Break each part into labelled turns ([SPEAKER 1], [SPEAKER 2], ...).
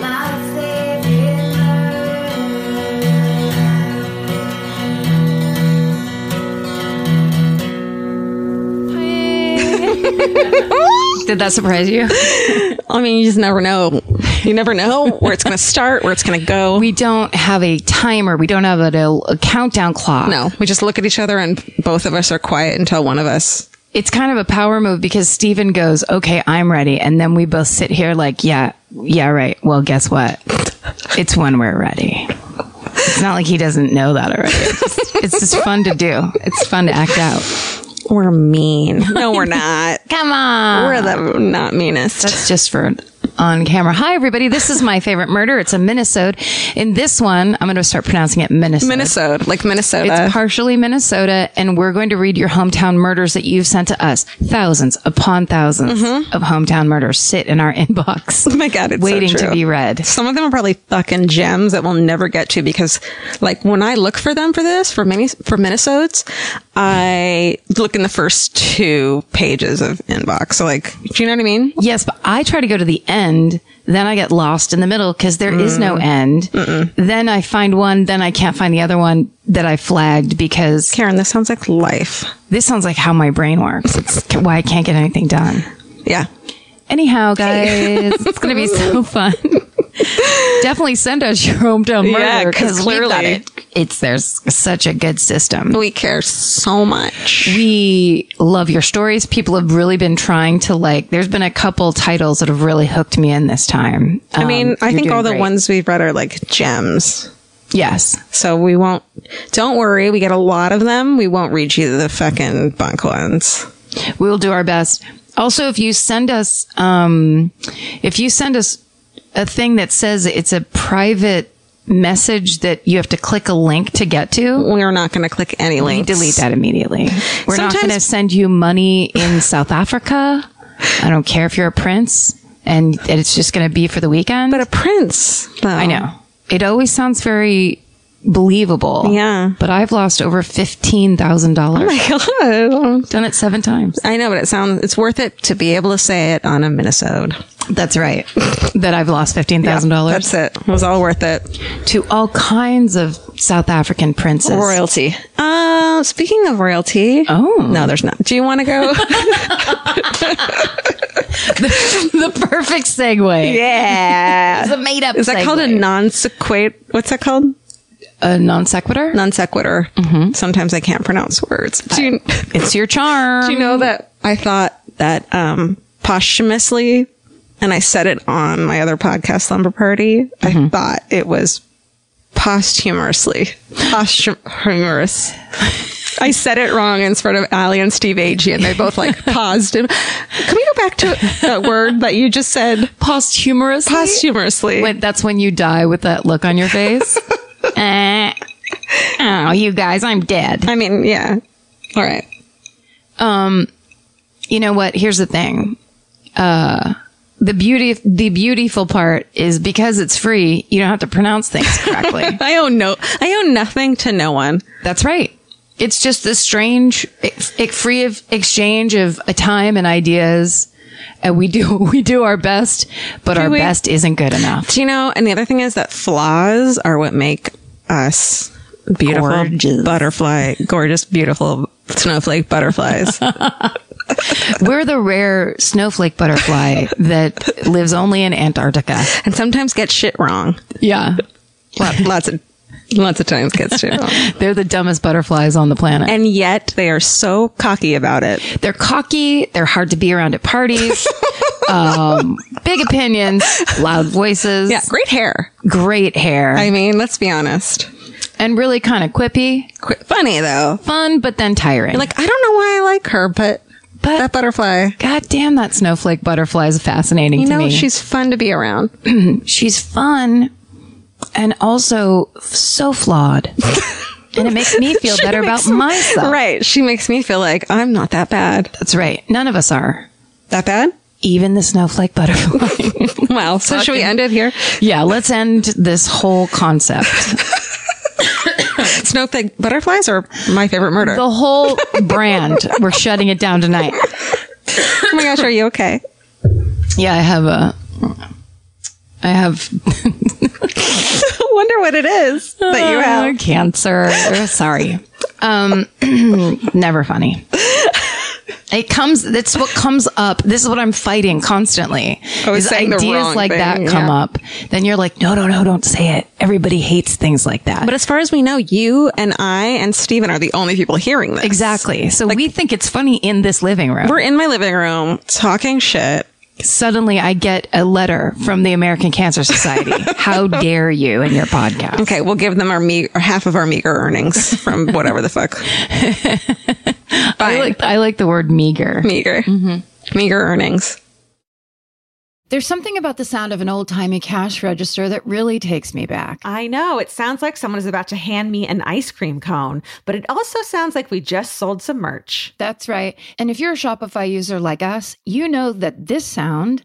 [SPEAKER 1] My favorite murder.
[SPEAKER 2] Did that surprise you?
[SPEAKER 3] I mean, you just never know. You never know where it's going to start, where it's going to go.
[SPEAKER 2] We don't have a timer. We don't have a, a countdown clock.
[SPEAKER 3] no, we just look at each other and both of us are quiet until one of us.
[SPEAKER 2] It's kind of a power move because Steven goes, okay, I'm ready. And then we both sit here like, yeah, yeah, right. Well, guess what? It's when we're ready. It's not like he doesn't know that already. It's just, it's just fun to do. It's fun to act out.
[SPEAKER 3] We're mean. No, we're not.
[SPEAKER 2] Come on.
[SPEAKER 3] we're the not meanest.
[SPEAKER 2] That's just for on camera. Hi, everybody. This is my favorite murder. It's a Minnesota. In this one, I'm going to start pronouncing it Minnesota.
[SPEAKER 3] Minnesota, like Minnesota.
[SPEAKER 2] It's partially Minnesota, and we're going to read your hometown murders that you've sent to us. Thousands upon 1000s of hometown murders sit in our inbox.
[SPEAKER 3] Mm-hmm. oh my god, it's so
[SPEAKER 2] waiting to
[SPEAKER 3] true.
[SPEAKER 2] be read.
[SPEAKER 3] Some of them are probably fucking gems that we'll never get to because, like, when I look for them for this for many for Minnesotes, I look in the first two pages of inbox. So, like, do you know what I mean?
[SPEAKER 2] Yes, but I try to go to the end. Then I get lost in the middle because there is no
[SPEAKER 3] Mm.
[SPEAKER 2] end. Then I find one. Then I can't find the other one that I flagged because
[SPEAKER 3] Karen, this sounds like life.
[SPEAKER 2] this sounds like how my brain works. It's why I can't get anything done.
[SPEAKER 3] Yeah.
[SPEAKER 2] Anyhow, guys, it's going to be so fun. Definitely send us your hometown murder.
[SPEAKER 3] Yeah, 'cause
[SPEAKER 2] we've got
[SPEAKER 3] clearly-
[SPEAKER 2] it. it's there's such a good system.
[SPEAKER 3] We care so much.
[SPEAKER 2] We love your stories. People have really been trying to like. There's been a couple titles that have really hooked me in this time.
[SPEAKER 3] I
[SPEAKER 2] Um,
[SPEAKER 3] mean, I think all the
[SPEAKER 2] ones.
[SPEAKER 3] ones we've read are like gems.
[SPEAKER 2] Yes,
[SPEAKER 3] So we won't, don't worry. We get a lot of them. We won't read you the fucking bunk ones.
[SPEAKER 2] we will do our best. Also, if you send us, um, if you send us a thing that says it's a private message that you have to click a link to get to,
[SPEAKER 3] We are not going to click any
[SPEAKER 2] we
[SPEAKER 3] links.
[SPEAKER 2] delete that immediately. We're not
[SPEAKER 3] Sometimes-
[SPEAKER 2] going to send you money in South Africa. I don't care if you're a prince and and it's just going to be for the weekend.
[SPEAKER 3] But a prince, though.
[SPEAKER 2] I know. It always sounds very believable.
[SPEAKER 3] Yeah. Oh
[SPEAKER 2] But I've lost over $15,000.
[SPEAKER 3] God.
[SPEAKER 2] Done it seven times.
[SPEAKER 3] I know, but it sounds, it's worth it to be able to say it on a Minnesota.
[SPEAKER 2] That's right. that I've lost $15,000
[SPEAKER 3] That's it. It was all worth it.
[SPEAKER 2] to all kinds of South African princes.
[SPEAKER 3] Royalty. Uh, speaking of royalty.
[SPEAKER 2] Oh.
[SPEAKER 3] No, there's not. Do you want to go?
[SPEAKER 2] the perfect segue.
[SPEAKER 3] yeah.
[SPEAKER 2] It's a made up
[SPEAKER 3] Is that called a non sequit? What's that called?
[SPEAKER 2] a non sequitur?
[SPEAKER 3] non sequitur. Sometimes I can't pronounce words. Mm-hmm. Do you,
[SPEAKER 2] It's your charm.
[SPEAKER 3] do you know that I thought that um, posthumously, and I said it on my other podcast, Lumber Party. I thought it was posthumously, posthumous. I said it wrong in front of Ali and Steve Agee, and they both like paused. And can we go back to that word that you just said?
[SPEAKER 2] Posthumous.
[SPEAKER 3] Posthumously.
[SPEAKER 2] Wait, that's when you die with that look on your face. Eh. oh, you guys, I'm dead. Um,
[SPEAKER 3] I mean, yeah. All right.
[SPEAKER 2] You know what? Here's the thing. Uh, the beauty, the beautiful part is because it's free, you don't have to pronounce things correctly.
[SPEAKER 3] I owe no. I owe nothing to no one.
[SPEAKER 2] that's right. It's just this strange, ex- ex- free of exchange of a time and ideas. And we do, we do our best, but our
[SPEAKER 3] we?
[SPEAKER 2] best isn't good enough.
[SPEAKER 3] Do you know? And the other thing is that flaws are what make us beautiful
[SPEAKER 2] Gorgeous.
[SPEAKER 3] butterfly, gorgeous, beautiful snowflake butterflies.
[SPEAKER 2] We're the rare snowflake butterfly that lives only in Antarctica.
[SPEAKER 3] and sometimes get shit wrong.
[SPEAKER 2] Yeah.
[SPEAKER 3] Lot- Lots of lots of times gets shit wrong.
[SPEAKER 2] They're the dumbest butterflies on the planet.
[SPEAKER 3] And yet they are so cocky about it.
[SPEAKER 2] they're cocky. They're hard to be around at parties.
[SPEAKER 4] Um, Big opinions, loud voices,
[SPEAKER 3] Yeah, great hair.
[SPEAKER 4] great hair,
[SPEAKER 3] I mean, let's be honest.
[SPEAKER 4] and really kind of quippy,
[SPEAKER 3] Qu- Funny though.
[SPEAKER 4] fun, but then tiring.
[SPEAKER 3] Like I don't know why I like her, but,
[SPEAKER 4] But-
[SPEAKER 3] that butterfly.
[SPEAKER 4] God damn, that snowflake butterfly is fascinating
[SPEAKER 3] You
[SPEAKER 4] to
[SPEAKER 3] know,
[SPEAKER 4] me.
[SPEAKER 3] she's fun to be around.
[SPEAKER 4] she's fun and also f- so flawed. and it makes me feel better about myself.
[SPEAKER 3] Right. She makes me feel like I'm not that bad.
[SPEAKER 4] That's right. None of us are.
[SPEAKER 3] That bad?
[SPEAKER 4] Even the snowflake butterfly.
[SPEAKER 3] Well, so should we end it here?
[SPEAKER 4] yeah, let's end this whole concept.
[SPEAKER 3] Snowflake butterflies are my favorite murder.
[SPEAKER 4] The whole brand. We're shutting it down tonight.
[SPEAKER 3] Oh my gosh, are you okay?
[SPEAKER 4] Yeah, I have a. I have
[SPEAKER 3] I wonder what it is that you have.
[SPEAKER 4] cancer. Sorry. Um, never funny. It comes. That's what comes up. This is what I'm fighting constantly.
[SPEAKER 3] Oh, it's
[SPEAKER 4] is
[SPEAKER 3] saying the
[SPEAKER 4] ideas
[SPEAKER 3] wrong
[SPEAKER 4] like that
[SPEAKER 3] thing,
[SPEAKER 4] come
[SPEAKER 3] yeah.
[SPEAKER 4] up. Then you're like, no, no, no, don't say it. Everybody hates things like that.
[SPEAKER 3] But as far as we know, you and I and Steven are the only people hearing this.
[SPEAKER 4] exactly. So we think it's funny in this living room.
[SPEAKER 3] We're in my living room talking shit.
[SPEAKER 4] Suddenly, I get a letter from the American Cancer Society. How dare you in your podcast?
[SPEAKER 3] Okay, we'll give them our me or half of our meager earnings from whatever the fuck.
[SPEAKER 4] I
[SPEAKER 3] Fine.
[SPEAKER 4] like I like the word meager.
[SPEAKER 3] meager. Meager earnings.
[SPEAKER 2] There's something about the sound of an old timey cash register that really takes me back.
[SPEAKER 1] I know. It sounds like someone is about to hand me an ice cream cone, but it also sounds like we just sold some merch.
[SPEAKER 2] That's right. And if you're a Shopify user like us, you know that this sound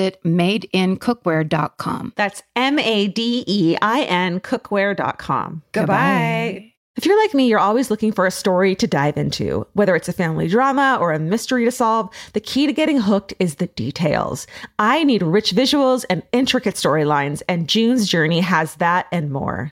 [SPEAKER 2] madeincookware.com.
[SPEAKER 1] That's M A D E I N cookware.com. Goodbye. If you're like me, you're always looking for a story to dive into. Whether it's a family drama or a mystery to solve, the key to getting hooked is the details. I need rich visuals and intricate storylines, and June's Journey has that and more.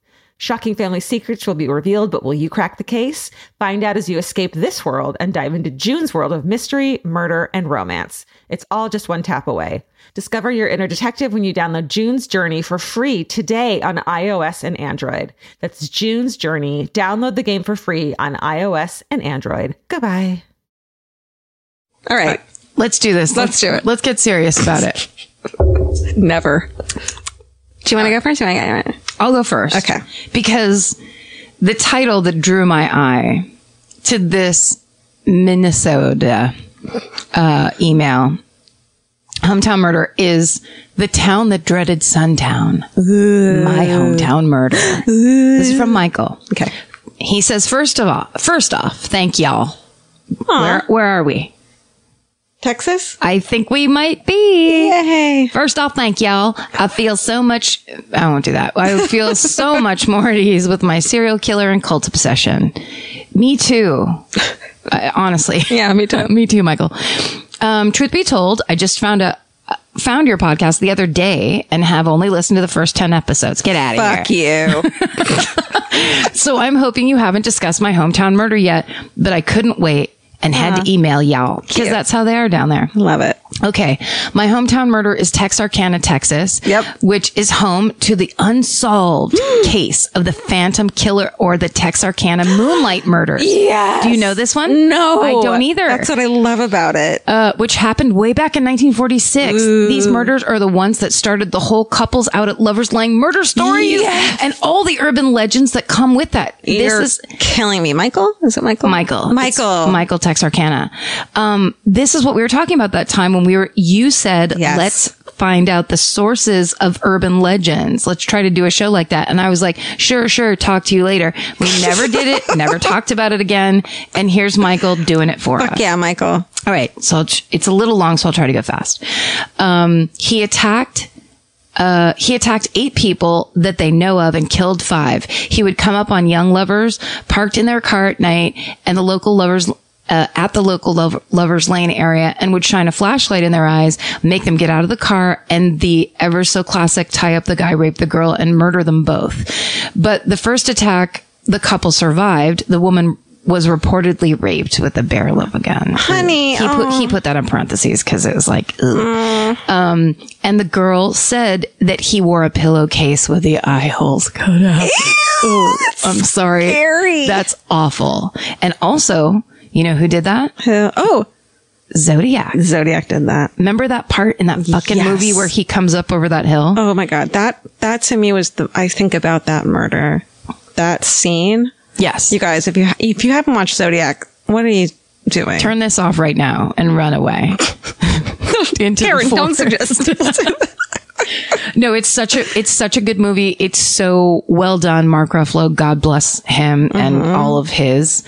[SPEAKER 1] Shocking family secrets will be revealed, but will you crack the case? Find out as you escape this world and dive into June's world of mystery, murder, and romance. It's all just one tap away. Discover your inner detective when you download June's Journey for free today on iOS and Android. That's June's Journey. Download the game for free on iOS and Android. Goodbye.
[SPEAKER 3] All right.
[SPEAKER 2] Let's do this.
[SPEAKER 3] Let's do it.
[SPEAKER 2] Let's get serious about it.
[SPEAKER 3] Never. Do you want to go first? Do you want to go?
[SPEAKER 2] I'll go first.
[SPEAKER 3] Okay.
[SPEAKER 2] Because the title that drew my eye to this Minnesota uh, email, Hometown Murder, is the town that dreaded Suntown. My hometown murder. This is from Michael.
[SPEAKER 3] Okay.
[SPEAKER 2] He says, first of all, first off, thank y'all. Where, where are we?
[SPEAKER 3] Texas?
[SPEAKER 2] I think we might be.
[SPEAKER 3] Yay.
[SPEAKER 2] First off, thank y'all. I feel so much. I won't do that. I feel so much more at ease with my serial killer and cult obsession. Me too. I, honestly.
[SPEAKER 3] Yeah, me too.
[SPEAKER 2] Me too, Michael. Um, truth be told, I just found a found your podcast the other day and have only listened to the first ten episodes. Get out of here.
[SPEAKER 3] Fuck you.
[SPEAKER 2] So I'm hoping you haven't discussed my hometown murder yet, but I couldn't wait and had
[SPEAKER 3] Uh-huh.
[SPEAKER 2] to email y'all because that's how they are down there.
[SPEAKER 3] Love it.
[SPEAKER 2] Okay. My hometown murder is Texarkana, Texas.
[SPEAKER 3] Yep. Hmm.
[SPEAKER 2] Which is home to the unsolved case of the Phantom Killer or the Texarkana Moonlight Murders.
[SPEAKER 3] Yes.
[SPEAKER 2] Do you know this one?
[SPEAKER 3] No.
[SPEAKER 2] I don't either.
[SPEAKER 3] Oh, That's what I love about it.
[SPEAKER 2] uh, which happened way back in 1946. These murders are the ones that started the whole couples out at Lover's Lane murder stories and all the urban legends that come with that.
[SPEAKER 3] You're
[SPEAKER 2] this is
[SPEAKER 3] killing me. Michael? Is it Michael?
[SPEAKER 2] Michael.
[SPEAKER 3] Michael.
[SPEAKER 2] It's Michael Texarkana. Um, this is what we were talking about that time when we were, you said,
[SPEAKER 3] Yes.
[SPEAKER 2] let's find out the sources of urban legends. Let's try to do a show like that. And I was like, sure, sure. Talk to you later. We never did it, never talked about it again. And here's Michael doing it for us.
[SPEAKER 3] Yeah, Michael.
[SPEAKER 2] All right. So I'll tr- it's a little long, so I'll try to go fast. Um, he attacked. Uh, he attacked eight people that they know of and killed five. He would come up on young lovers parked in their car at night and the local lovers, uh, at the local lov- lovers lane area and would shine a flashlight in their eyes, make them get out of the car and the ever so classic tie up the guy, rape the girl and murder them both. But the first attack, the couple survived. The woman was reportedly raped with the barrel of a gun. Honey, he put
[SPEAKER 3] Oh.
[SPEAKER 2] he put that in parentheses because it was like, ugh.
[SPEAKER 3] Mm.
[SPEAKER 2] um. And the girl said that he wore a pillowcase with the eye holes cut out. Ooh, I'm sorry,
[SPEAKER 3] scary.
[SPEAKER 2] that's awful. And also, you know who did that?
[SPEAKER 3] Who- Oh,
[SPEAKER 2] Zodiac.
[SPEAKER 3] Zodiac did that.
[SPEAKER 2] Remember that part in that fucking
[SPEAKER 3] Yes.
[SPEAKER 2] movie where he comes up over that hill?
[SPEAKER 3] Oh my God. That, that to me was the, I think about that murder, that scene.
[SPEAKER 2] yes.
[SPEAKER 3] You guys, if you, if you haven't watched Zodiac, what are you doing?
[SPEAKER 2] Turn this off right now and run away. Into the
[SPEAKER 3] Karen, don't
[SPEAKER 2] forest.
[SPEAKER 3] suggest this.
[SPEAKER 2] No, it's such a it's such a good movie. It's so well done, Mark Ruffalo. God bless him and all of his.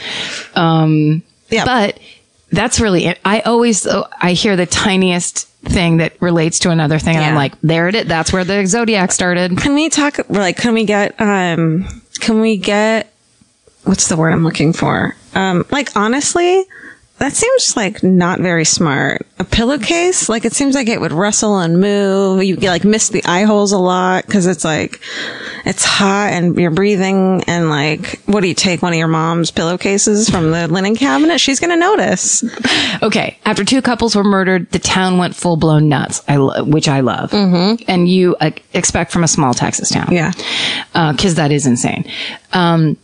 [SPEAKER 2] Um,
[SPEAKER 3] Mm-hmm. Yeah.
[SPEAKER 2] but that's really it. I always oh, I hear the tiniest thing that relates to another thing, and I'm
[SPEAKER 3] Yeah.
[SPEAKER 2] like, there it is. That's where the Zodiac started.
[SPEAKER 3] can we talk, like, can we get, um, can we get, what's the word I'm looking for? Um, like, honestly, that seems like not very smart. A pillowcase, like, it seems like it would rustle and move. You like miss the eye holes a lot because it's like, it's hot and you're breathing. And like, what do you take one of your mom's pillowcases from the linen cabinet? She's going to notice.
[SPEAKER 2] Okay, after two couples were murdered, the town went full blown nuts. I lo- which I love, mm-hmm. and you uh, expect from a small Texas town.
[SPEAKER 3] Yeah.
[SPEAKER 2] because that is insane. Um,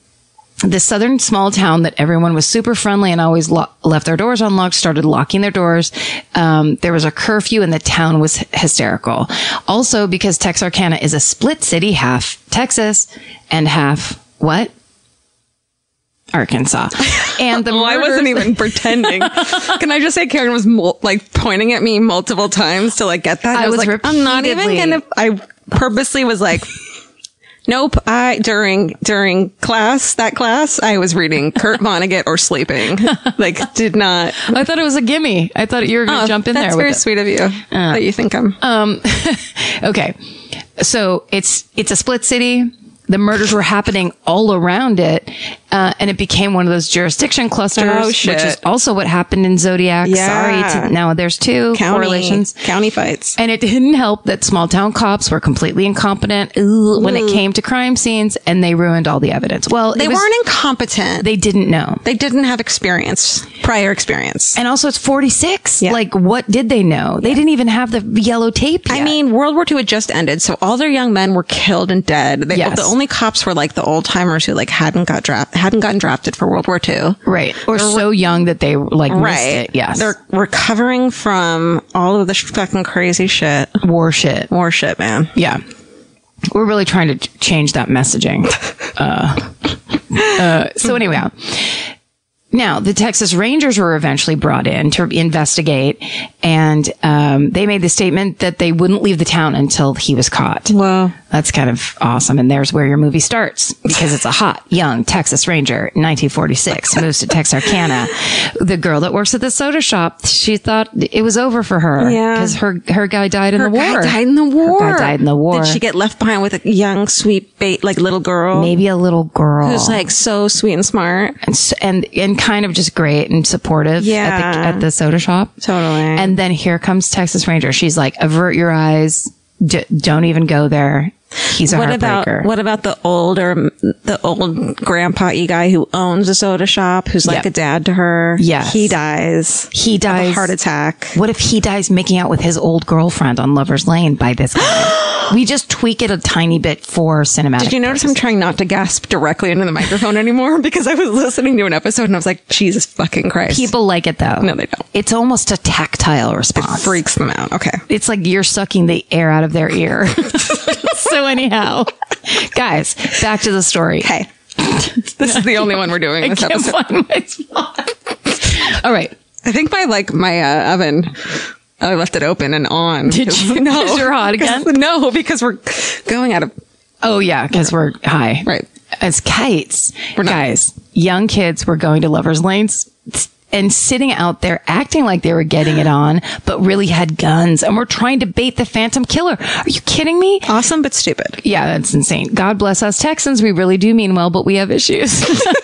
[SPEAKER 2] the southern small town that everyone was super friendly and always lo- left their doors unlocked started locking their doors. Um, there was a curfew and the town was hy- hysterical. Also, because Texarkana is a split city, half Texas and half what? Arkansas. And the
[SPEAKER 3] Oh, I
[SPEAKER 2] murders-
[SPEAKER 3] wasn't even pretending. Can I just say Karen was mul- like pointing at me multiple times to like get that?
[SPEAKER 2] I was
[SPEAKER 3] like, I'm not even
[SPEAKER 2] repeatedly-
[SPEAKER 3] gonna. I purposely was like, Nope. I during during class that class I was reading Kurt Vonnegut or sleeping. Like did not.
[SPEAKER 2] I thought it was a gimme. I thought you were going to
[SPEAKER 3] Oh,
[SPEAKER 2] jump in
[SPEAKER 3] that's
[SPEAKER 2] there with
[SPEAKER 3] very
[SPEAKER 2] it. Uh,
[SPEAKER 3] sweet of you. that you think I'm.
[SPEAKER 2] Um, okay. So it's, it's a split city. The murders were happening all around it. Uh, and it became one of those jurisdiction clusters,
[SPEAKER 3] Oh,
[SPEAKER 2] which is
[SPEAKER 3] shit.
[SPEAKER 2] also what happened in Zodiac.
[SPEAKER 3] Yeah.
[SPEAKER 2] Sorry. To, now there's two
[SPEAKER 3] county
[SPEAKER 2] correlations.
[SPEAKER 3] county fights.
[SPEAKER 2] And it didn't help that small town cops were completely incompetent ooh, when it came to crime scenes and they ruined all the evidence. Well,
[SPEAKER 3] Mm. They weren't incompetent.
[SPEAKER 2] They
[SPEAKER 3] They
[SPEAKER 2] didn't know.
[SPEAKER 3] they didn't have experience, prior experience.
[SPEAKER 2] And also, it's 46.
[SPEAKER 3] Yeah.
[SPEAKER 2] Like, what did they know? They didn't even have the yellow tape
[SPEAKER 3] I
[SPEAKER 2] yet.
[SPEAKER 3] mean, World War II had just ended, so all their young men were killed and dead. They,
[SPEAKER 2] Yes.
[SPEAKER 3] The only cops were like the old timers who like hadn't got draft, hadn't gotten drafted for World War II.
[SPEAKER 2] right. Or so young that they, like, missed it. Yes.
[SPEAKER 3] They're recovering from all of the sh- fucking crazy shit.
[SPEAKER 2] war shit.
[SPEAKER 3] War shit, man.
[SPEAKER 2] Yeah. We're really trying to ch- change that messaging. uh, uh, so, anyhow. Now, the Texas Rangers were eventually brought in to investigate, and um, they made the statement that they wouldn't leave the town until he was caught.
[SPEAKER 3] Wow.
[SPEAKER 2] That's kind of awesome. And there's where your movie starts because it's a hot, young Texas Ranger, 1946, moves to Texarkana. The girl that works at the soda shop, she thought it was over for her.
[SPEAKER 3] Yeah.
[SPEAKER 2] Because her, her guy died in
[SPEAKER 3] Her
[SPEAKER 2] the war.
[SPEAKER 3] guy died in the war.
[SPEAKER 2] Her guy died in the war.
[SPEAKER 3] Did she get left behind with a young, sweet, bait, like little girl?
[SPEAKER 2] Maybe a little girl.
[SPEAKER 3] Who's like so sweet and smart.
[SPEAKER 2] and, s- and, and kind of just great and supportive at, the,
[SPEAKER 3] Yeah.
[SPEAKER 2] at the soda shop.
[SPEAKER 3] Totally.
[SPEAKER 2] And then here comes Texas Ranger. She's like, avert your eyes. D- don't even go there. He's a
[SPEAKER 3] what about
[SPEAKER 2] heartbreaker.
[SPEAKER 3] what about the older the old grandpa E guy who owns a soda shop who's like
[SPEAKER 2] Yep.
[SPEAKER 3] a dad to her?
[SPEAKER 2] Yes.
[SPEAKER 3] he dies.
[SPEAKER 2] he
[SPEAKER 3] Of
[SPEAKER 2] dies.
[SPEAKER 3] a heart attack.
[SPEAKER 2] What if he dies making out with his old girlfriend on Lover's Lane by this guy? we just tweak it a tiny bit for cinematic.
[SPEAKER 3] Did you notice I'm trying not to gasp directly into the microphone anymore because I was listening to an episode and I was like, Jesus fucking Christ!
[SPEAKER 2] People like it though.
[SPEAKER 3] No, they don't.
[SPEAKER 2] It's almost a tactile response.
[SPEAKER 3] freaks them out. Okay,
[SPEAKER 2] it's like you're sucking the air out of their ear. so anyhow, guys, back to the story.
[SPEAKER 3] okay. this is the only one we're doing.
[SPEAKER 2] I
[SPEAKER 3] This
[SPEAKER 2] can't
[SPEAKER 3] episode.
[SPEAKER 2] find my spot. All right.
[SPEAKER 3] I think my like my uh, oven. I left it open and on.
[SPEAKER 2] Did you-
[SPEAKER 3] No,
[SPEAKER 2] 'cause you're hot again?
[SPEAKER 3] No, because we're going out of
[SPEAKER 2] Oh yeah, because we're high.
[SPEAKER 3] Right.
[SPEAKER 2] As kites,
[SPEAKER 3] We're not.
[SPEAKER 2] guys, young kids were going to lovers' lanes s- and sitting out there acting like they were getting it on, but really had guns and were trying to bait the phantom killer. Are you kidding me?
[SPEAKER 3] awesome but stupid.
[SPEAKER 2] Yeah, that's insane. God bless us Texans. We really do mean well, but we have issues.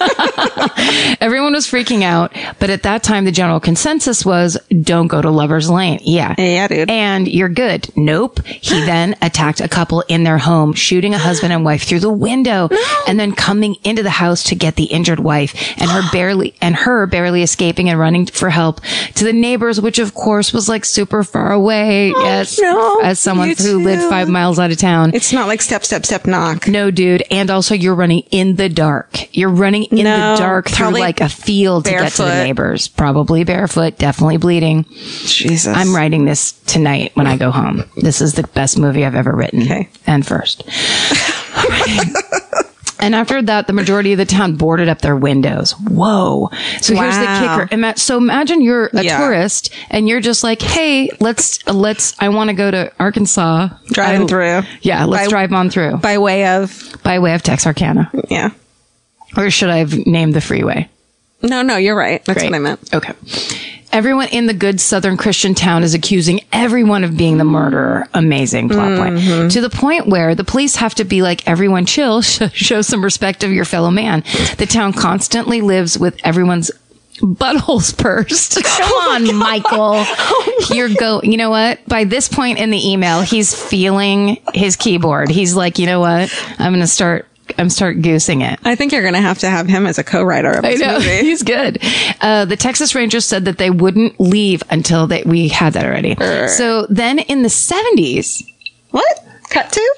[SPEAKER 2] Everyone was freaking out, but at that time the general consensus was don't go to Lover's Lane. Yeah.
[SPEAKER 3] Yeah, dude.
[SPEAKER 2] And you're good. Nope. He then attacked a couple in their home, shooting a husband and wife through the window and then coming into the house to get the injured wife and her barely and her barely escaping and running for help to the neighbors, which of course was like super far away. yes.
[SPEAKER 3] Oh, no.
[SPEAKER 2] As someone
[SPEAKER 3] You
[SPEAKER 2] who lived
[SPEAKER 3] too.
[SPEAKER 2] five miles out of town.
[SPEAKER 3] It's not like step, step, step, knock.
[SPEAKER 2] No, dude. And also, you're running in the dark. You're running in
[SPEAKER 3] No,
[SPEAKER 2] the dark through
[SPEAKER 3] probably
[SPEAKER 2] like a field to get to the
[SPEAKER 3] barefoot.
[SPEAKER 2] neighbors. Probably barefoot, definitely bleeding.
[SPEAKER 3] Jesus.
[SPEAKER 2] I'm writing this tonight when I go home. This is the best movie I've ever written.
[SPEAKER 3] Okay.
[SPEAKER 2] And first. All right. And after that, the majority of the town boarded up their windows. Whoa. So here's
[SPEAKER 3] Wow.
[SPEAKER 2] the kicker. Ima- so imagine you're a
[SPEAKER 3] Yeah.
[SPEAKER 2] tourist and you're just like, Hey, let's, let's, I want to go to Arkansas.
[SPEAKER 3] Driving
[SPEAKER 2] I-
[SPEAKER 3] through.
[SPEAKER 2] Yeah. Let's
[SPEAKER 3] By-
[SPEAKER 2] drive on through
[SPEAKER 3] By way of,
[SPEAKER 2] by way of Texarkana.
[SPEAKER 3] yeah.
[SPEAKER 2] Or should I have named the freeway?
[SPEAKER 3] No, no, you're right. That's
[SPEAKER 2] Great.
[SPEAKER 3] what I meant.
[SPEAKER 2] Okay. Everyone in the good Southern Christian town is accusing everyone of being the murderer. Amazing plot point. To the point where the police have to be like, everyone chill, sh- show some respect of your fellow man. The town constantly lives with everyone's buttholes pursed. Oh Come on, Michael. You're go, you know what? By this point in the email, he's feeling his keyboard. He's like, you know what? I'm going to start, I'm start goosing it.
[SPEAKER 3] I think you're going to have to have him as a co-writer of this movie.
[SPEAKER 2] He's good. Uh, the Texas Rangers said that they wouldn't leave until they, we had that already. So then in the 70s,
[SPEAKER 3] What? Cut to?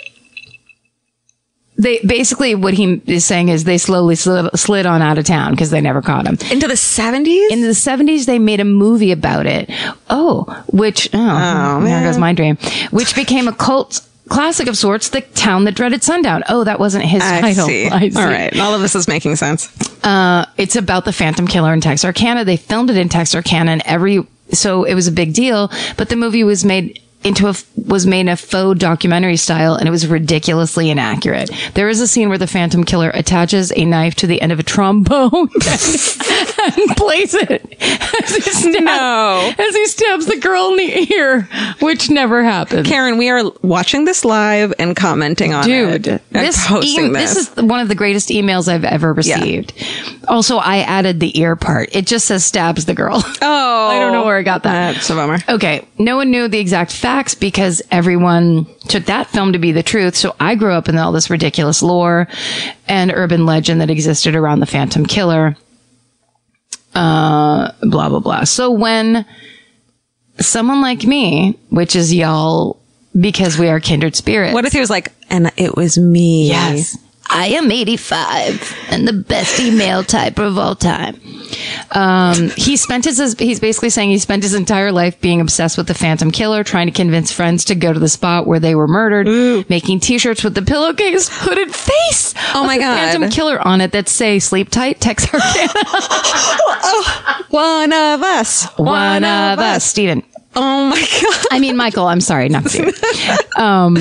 [SPEAKER 2] they basically what he is saying is they slowly slid, slid on out of town because they never caught him.
[SPEAKER 3] Into the 70s?
[SPEAKER 2] In the 70s, they made a movie about it. Oh, which, oh, there goes my dream, which became a cult classic of sorts, The Town That Dreaded Sundown. Oh, that wasn't his
[SPEAKER 3] I
[SPEAKER 2] title.
[SPEAKER 3] see.
[SPEAKER 2] I
[SPEAKER 3] All right. All of this is making sense.
[SPEAKER 2] it's about the Phantom Killer in Texarkana. They filmed it in Texarkana and every, so it was a big deal, but the movie was made into a f- was made in a faux documentary style, and it was ridiculously inaccurate. There is a scene where the Phantom Killer attaches a knife to the end of a trombone and plays it as he stabs,
[SPEAKER 3] No.
[SPEAKER 2] as he stabs the girl in the ear, which never happened.
[SPEAKER 3] Karen, we are watching this live and commenting on it.
[SPEAKER 2] Dude,
[SPEAKER 3] and
[SPEAKER 2] this,
[SPEAKER 3] posting
[SPEAKER 2] e-
[SPEAKER 3] this.
[SPEAKER 2] this is one of the greatest emails I've ever received. Also, I added the ear part. It just says stabs the girl.
[SPEAKER 3] oh,
[SPEAKER 2] I don't know where I got that.
[SPEAKER 3] That's a bummer.
[SPEAKER 2] Okay, no one knew the exact facts because everyone took that film to be the truth. So I grew up in all this ridiculous lore and urban legend that existed around the Phantom Killer. Uh, blah blah blah. So when someone like me, which is y'all, because we are kindred spirits.
[SPEAKER 3] What if he was like, and it was me?
[SPEAKER 2] Yes. I am 85 and the best email type of all time. Um, he spent his, he's basically saying he spent his entire life being obsessed with the phantom killer, trying to convince friends to go to the spot where they were murdered, making t-shirts with the pillowcase hooded face.
[SPEAKER 3] Oh
[SPEAKER 2] of
[SPEAKER 3] my
[SPEAKER 2] the
[SPEAKER 3] God.
[SPEAKER 2] Phantom killer on it that say sleep tight, Texarkana.
[SPEAKER 3] One of us.
[SPEAKER 2] One of us, Steven.
[SPEAKER 3] Oh my God.
[SPEAKER 2] I mean, Michael, I'm sorry, not Steven. Um,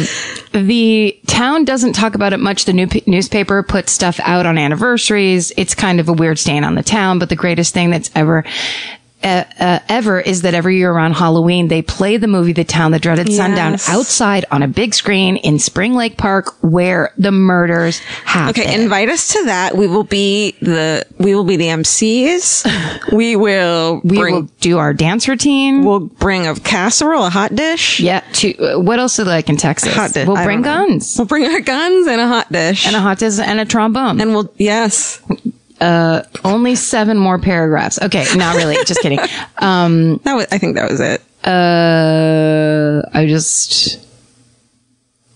[SPEAKER 2] the town doesn't talk about it much. The new newspaper puts stuff out on anniversaries. It's kind of a weird stain on the town, but the greatest thing that's ever uh, uh, ever is that every year around Halloween they play the movie The Town That Dreaded Sundown
[SPEAKER 3] Yes.
[SPEAKER 2] outside on a big screen in Spring Lake Park where the murders happen.
[SPEAKER 3] Okay, invite us to that. We will be the we will be the MCs. We will
[SPEAKER 2] we
[SPEAKER 3] bring
[SPEAKER 2] will do our dance routine.
[SPEAKER 3] we'll bring a casserole, a hot dish.
[SPEAKER 2] yeah. To, uh, what else do they like in Texas?
[SPEAKER 3] Hot dish.
[SPEAKER 2] We'll
[SPEAKER 3] I
[SPEAKER 2] bring
[SPEAKER 3] don't know.
[SPEAKER 2] guns.
[SPEAKER 3] We'll bring our guns and a hot dish.
[SPEAKER 2] And a hot dish and a trombone.
[SPEAKER 3] and we'll yes.
[SPEAKER 2] Only seven more paragraphs. Okay, not really. Just kidding.
[SPEAKER 3] That was I think that was it.
[SPEAKER 2] Uh, I just.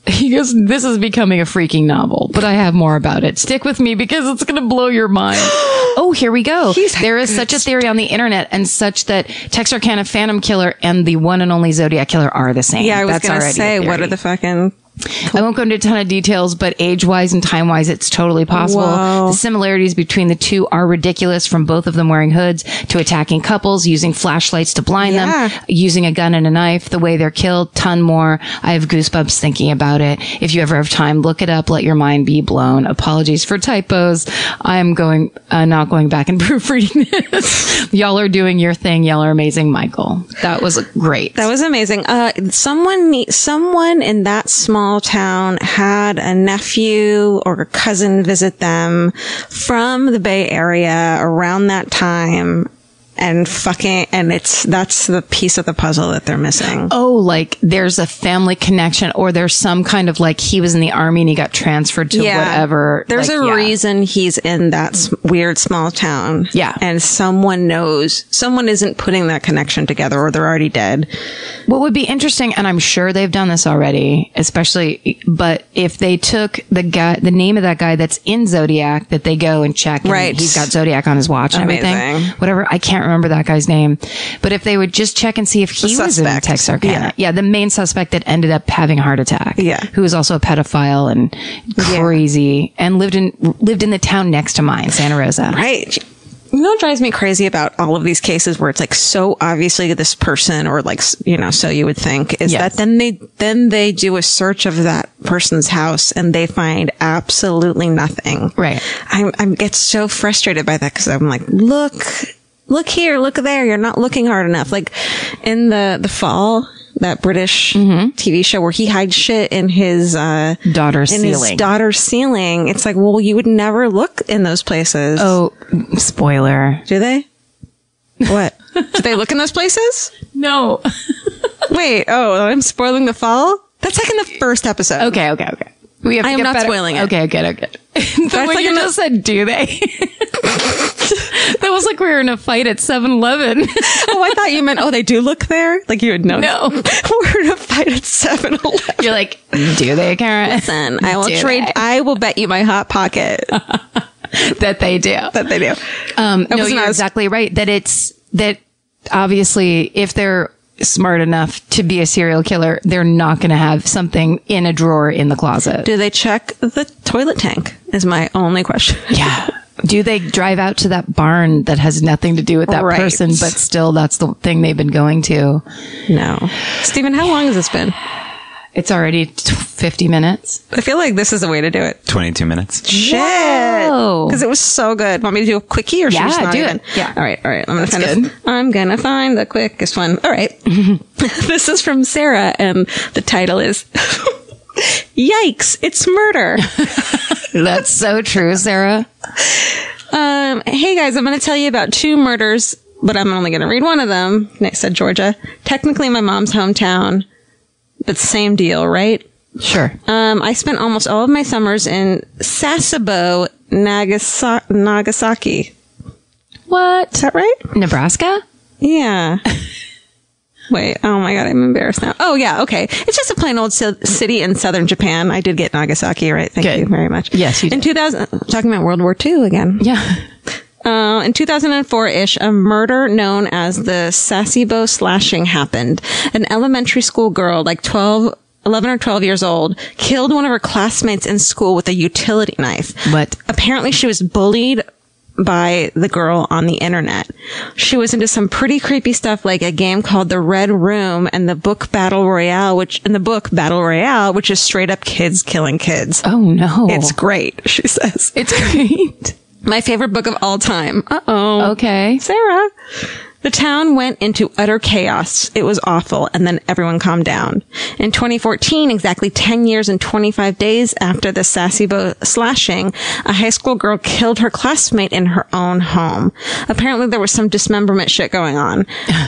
[SPEAKER 2] He goes, This is becoming a freaking novel, but I have more about it. Stick with me because it's going to blow your mind. oh, here we go. there is such a theory on the internet and such that Texarkana Phantom Killer and the one and only Zodiac Killer are the same.
[SPEAKER 3] Yeah, I was
[SPEAKER 2] That's
[SPEAKER 3] gonna
[SPEAKER 2] already a
[SPEAKER 3] say what
[SPEAKER 2] theory.
[SPEAKER 3] are the fucking
[SPEAKER 2] I won't go into a ton of details, but age wise and time wise, it's totally possible.
[SPEAKER 3] Wow.
[SPEAKER 2] The similarities between the two are ridiculous from both of them wearing hoods to attacking couples, using flashlights to blind
[SPEAKER 3] Yeah.
[SPEAKER 2] them, using a gun and a knife, the way they're killed, ton more. I have goosebumps thinking about it. If you ever have time, look it up, let your mind be blown. Apologies for typos. I'm going, uh, not going back and proofreading this. y'all are doing your thing. Y'all are amazing, Michael. That was great.
[SPEAKER 3] That was amazing. Uh, someone, nee- someone in that small town had a nephew or a cousin visit them from the Bay Area around that time. And fucking, and it's, that's the piece of the puzzle that they're missing.
[SPEAKER 2] oh, like there's a family connection or there's some kind of like he was in the army and he got transferred to whatever.
[SPEAKER 3] There's
[SPEAKER 2] like,
[SPEAKER 3] a
[SPEAKER 2] yeah.
[SPEAKER 3] reason he's in that s- weird small town.
[SPEAKER 2] Yeah.
[SPEAKER 3] And someone knows, someone isn't putting that connection together or they're already dead.
[SPEAKER 2] What would be interesting, and I'm sure they've done this already, especially, but if they took the guy, the name of that guy that's in Zodiac that they go and check, and
[SPEAKER 3] Right.
[SPEAKER 2] He's got Zodiac on his watch and
[SPEAKER 3] Amazing.
[SPEAKER 2] everything, whatever. I can't remember that guy's name, but if they would just check and see if he was in
[SPEAKER 3] suspect.
[SPEAKER 2] Texarkana,
[SPEAKER 3] Yeah.
[SPEAKER 2] yeah. the main suspect that ended up having a heart attack,
[SPEAKER 3] Yeah.
[SPEAKER 2] who was also a pedophile and crazy, and lived in lived in the town next to mine, Santa Rosa,
[SPEAKER 3] Right. You know what drives me crazy about all of these cases where it's like so obviously this person or like, s- you know, so you would think is
[SPEAKER 2] Yes.
[SPEAKER 3] that then they, then they do a search of that person's house and they find absolutely nothing.
[SPEAKER 2] Right.
[SPEAKER 3] I'm, I get so frustrated by that because I'm like, look, look here, look there. You're not looking hard enough. Like in the, the fall, that British TV show where he hides shit in his, uh,
[SPEAKER 2] Mm-hmm. daughter's
[SPEAKER 3] in his
[SPEAKER 2] ceiling.
[SPEAKER 3] daughter's ceiling. It's like, well, you would never look in those places.
[SPEAKER 2] oh, spoiler.
[SPEAKER 3] Do they? What? Do they look in those places?
[SPEAKER 2] No.
[SPEAKER 3] Wait, oh, I'm spoiling the fall? That's like in the first episode.
[SPEAKER 2] Okay, okay, okay. We have
[SPEAKER 3] I
[SPEAKER 2] to
[SPEAKER 3] am
[SPEAKER 2] get
[SPEAKER 3] not
[SPEAKER 2] better-
[SPEAKER 3] spoiling it.
[SPEAKER 2] Okay, good, okay. the way
[SPEAKER 3] like
[SPEAKER 2] you
[SPEAKER 3] in the-
[SPEAKER 2] just said, do they? that was like we were in a fight at 7-Eleven.
[SPEAKER 3] Oh, I thought you meant, oh, they do look there? Like you would know.
[SPEAKER 2] No.
[SPEAKER 3] We're in a fight at 7 Eleven.
[SPEAKER 2] You're like, do they, Karen?
[SPEAKER 3] Listen, I will
[SPEAKER 2] Do
[SPEAKER 3] trade,
[SPEAKER 2] they?
[SPEAKER 3] I will bet you my hot pocket
[SPEAKER 2] that they do.
[SPEAKER 3] that they do.
[SPEAKER 2] Um, no,
[SPEAKER 3] was
[SPEAKER 2] you're
[SPEAKER 3] not-
[SPEAKER 2] exactly right. That it's that obviously if they're smart enough to be a serial killer, they're not going to have something in a drawer in the closet.
[SPEAKER 3] Do they check the toilet tank? Is my only question.
[SPEAKER 2] yeah. Do they drive out to that barn that has nothing to do with that
[SPEAKER 3] Right.
[SPEAKER 2] person, but still that's the thing they've been going to?
[SPEAKER 3] No. Stephen, how long has this been?
[SPEAKER 2] It's already t- 50 minutes.
[SPEAKER 3] I feel like this is the way to do it.
[SPEAKER 5] 22 minutes.
[SPEAKER 3] Shit.
[SPEAKER 2] Whoa.
[SPEAKER 3] Because it was so good. Want me to do a quickie or should
[SPEAKER 2] Yeah,
[SPEAKER 3] we just not
[SPEAKER 2] do it.
[SPEAKER 3] even?
[SPEAKER 2] Yeah.
[SPEAKER 3] All right. All right. I'm going to find
[SPEAKER 2] good.
[SPEAKER 3] this- I'm going to find the quickest one. All right. this is from Sarah and the title is Yikes. It's murder.
[SPEAKER 2] That's so true, Sarah.
[SPEAKER 3] Um, hey guys, I'm going to tell you about two murders, but I'm only going to read one of them. And I said Georgia. Technically my mom's hometown, but same deal, right?
[SPEAKER 2] Sure.
[SPEAKER 3] Um, I spent almost all of my summers in Sasebo, Nagasa- Nagasaki. Is
[SPEAKER 2] What?
[SPEAKER 3] that right?
[SPEAKER 2] Nebraska?
[SPEAKER 3] Yeah. Wait, oh my god, I'm embarrassed now. Oh yeah, okay. It's just a plain old ci- city in southern Japan. I did get Nagasaki right. Thank
[SPEAKER 2] Good.
[SPEAKER 3] you very much.
[SPEAKER 2] Yes, you
[SPEAKER 3] In
[SPEAKER 2] did.
[SPEAKER 3] 2000, talking about World War II again.
[SPEAKER 2] Yeah.
[SPEAKER 3] Uh, in 2004-ish, a murder known as the Sasebo slashing happened. An elementary school girl, like 12, 11 or 12 years old, killed one of her classmates in school with a utility knife.
[SPEAKER 2] What?
[SPEAKER 3] Apparently she was bullied by the girl on the internet. She was into some pretty creepy stuff like a game called The Red Room and the book Battle Royale, which, in the book Battle Royale, which is straight up kids killing kids.
[SPEAKER 2] Oh, no.
[SPEAKER 3] It's great, she says.
[SPEAKER 2] it's great.
[SPEAKER 3] My favorite book of all time. Uh oh.
[SPEAKER 2] Okay.
[SPEAKER 3] Sarah. The town went into utter chaos. It was awful, and then everyone calmed down. In 2014, exactly 10 years and 25 days after the Sasebo slashing, a high school girl killed her classmate in her own home. Apparently, there was some dismemberment shit going on.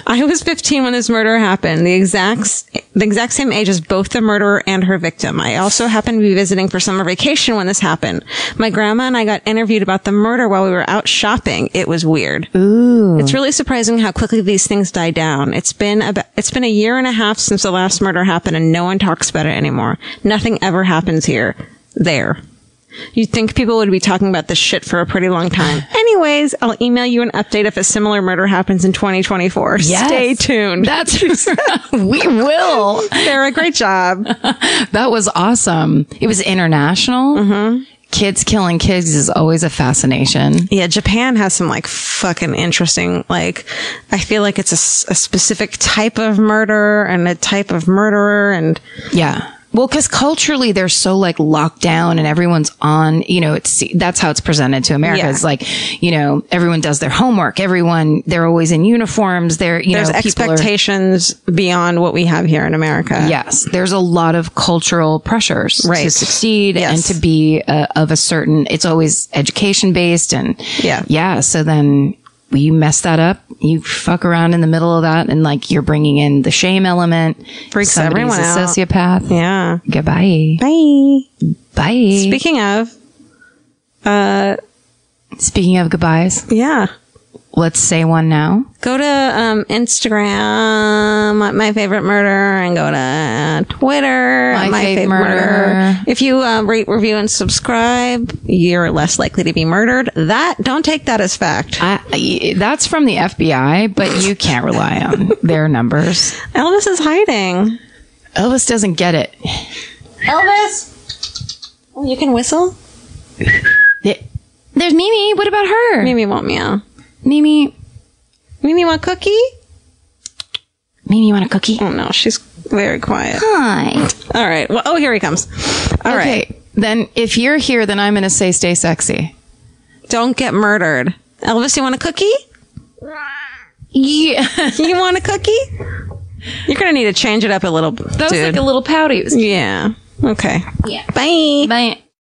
[SPEAKER 3] I was 15 when this murder happened, the exact, s- the exact same age as both the murderer and her victim. I also happened to be visiting for summer vacation when this happened. My grandma and I got interviewed about the murder while we were out shopping. It was weird. It's really surprising how quickly these things die down. It's been about, it's been a year and a half since the last murder happened and no one talks about it anymore. Nothing ever happens here. There. You'd think people would be talking about this shit for a pretty long time. Anyways, I'll email you an update if a similar murder happens in 2024.
[SPEAKER 2] Yes.
[SPEAKER 3] Stay tuned.
[SPEAKER 2] That's we will.
[SPEAKER 3] Sarah, great job.
[SPEAKER 2] That was awesome. It was international. Mm-hmm. Kids killing kids is always a fascination.
[SPEAKER 3] Yeah, Japan has some like fucking interesting, like, I feel like it's a, s- a specific type of murder and a type of murderer and
[SPEAKER 2] Yeah. Well, because culturally they're so like locked down and everyone's on, you know, it's that's how it's presented to America.
[SPEAKER 3] Yeah.
[SPEAKER 2] It's like, you know, everyone does their homework. Everyone, they're always in uniforms. They're, you
[SPEAKER 3] there's
[SPEAKER 2] know, people are-
[SPEAKER 3] expectations beyond what we have here in America.
[SPEAKER 2] Yes, there's a lot of cultural pressures to
[SPEAKER 3] Right.
[SPEAKER 2] succeed
[SPEAKER 3] Yes.
[SPEAKER 2] and to be uh, of a certain. It's always education based, and
[SPEAKER 3] Yeah.
[SPEAKER 2] yeah. So then you mess that up, you fuck around in the middle of that, and like you're bringing in the shame element.
[SPEAKER 3] Freaks
[SPEAKER 2] Somebody's
[SPEAKER 3] everyone
[SPEAKER 2] a
[SPEAKER 3] out.
[SPEAKER 2] sociopath.
[SPEAKER 3] Yeah.
[SPEAKER 2] Goodbye.
[SPEAKER 3] Bye.
[SPEAKER 2] Bye.
[SPEAKER 3] Speaking of, uh,
[SPEAKER 2] Speaking of goodbyes,
[SPEAKER 3] yeah.
[SPEAKER 2] let's say one now.
[SPEAKER 3] Go to um, Instagram at my favorite murder and go to uh, Twitter at
[SPEAKER 2] My
[SPEAKER 3] my
[SPEAKER 2] Fave
[SPEAKER 3] favorite murder.
[SPEAKER 2] Murder.
[SPEAKER 3] If you um, rate, review, and subscribe, you're less likely to be murdered. That don't take that as fact.
[SPEAKER 2] I, that's from the FBI, but you can't rely on their numbers.
[SPEAKER 3] Elvis is hiding.
[SPEAKER 2] Elvis doesn't get it.
[SPEAKER 3] Elvis, oh, you can whistle.
[SPEAKER 2] There's Mimi. What about her?
[SPEAKER 3] Mimi won't meow.
[SPEAKER 2] Mimi.
[SPEAKER 3] Mimi want cookie?
[SPEAKER 2] Mimi, you want a cookie?
[SPEAKER 3] Oh no, she's very quiet.
[SPEAKER 2] Hi.
[SPEAKER 3] All right. Well, oh, here he comes. All right.
[SPEAKER 2] Okay. Then if you're here, then I'm going to say stay sexy.
[SPEAKER 3] Don't get murdered. Elvis, you want a cookie?
[SPEAKER 2] Yeah.
[SPEAKER 3] You want a cookie? You're gonna need to change it up a little,
[SPEAKER 2] That was
[SPEAKER 3] dude.
[SPEAKER 2] like a little pouty. It was-
[SPEAKER 3] yeah. Okay. Yeah. Bye.
[SPEAKER 2] Bye.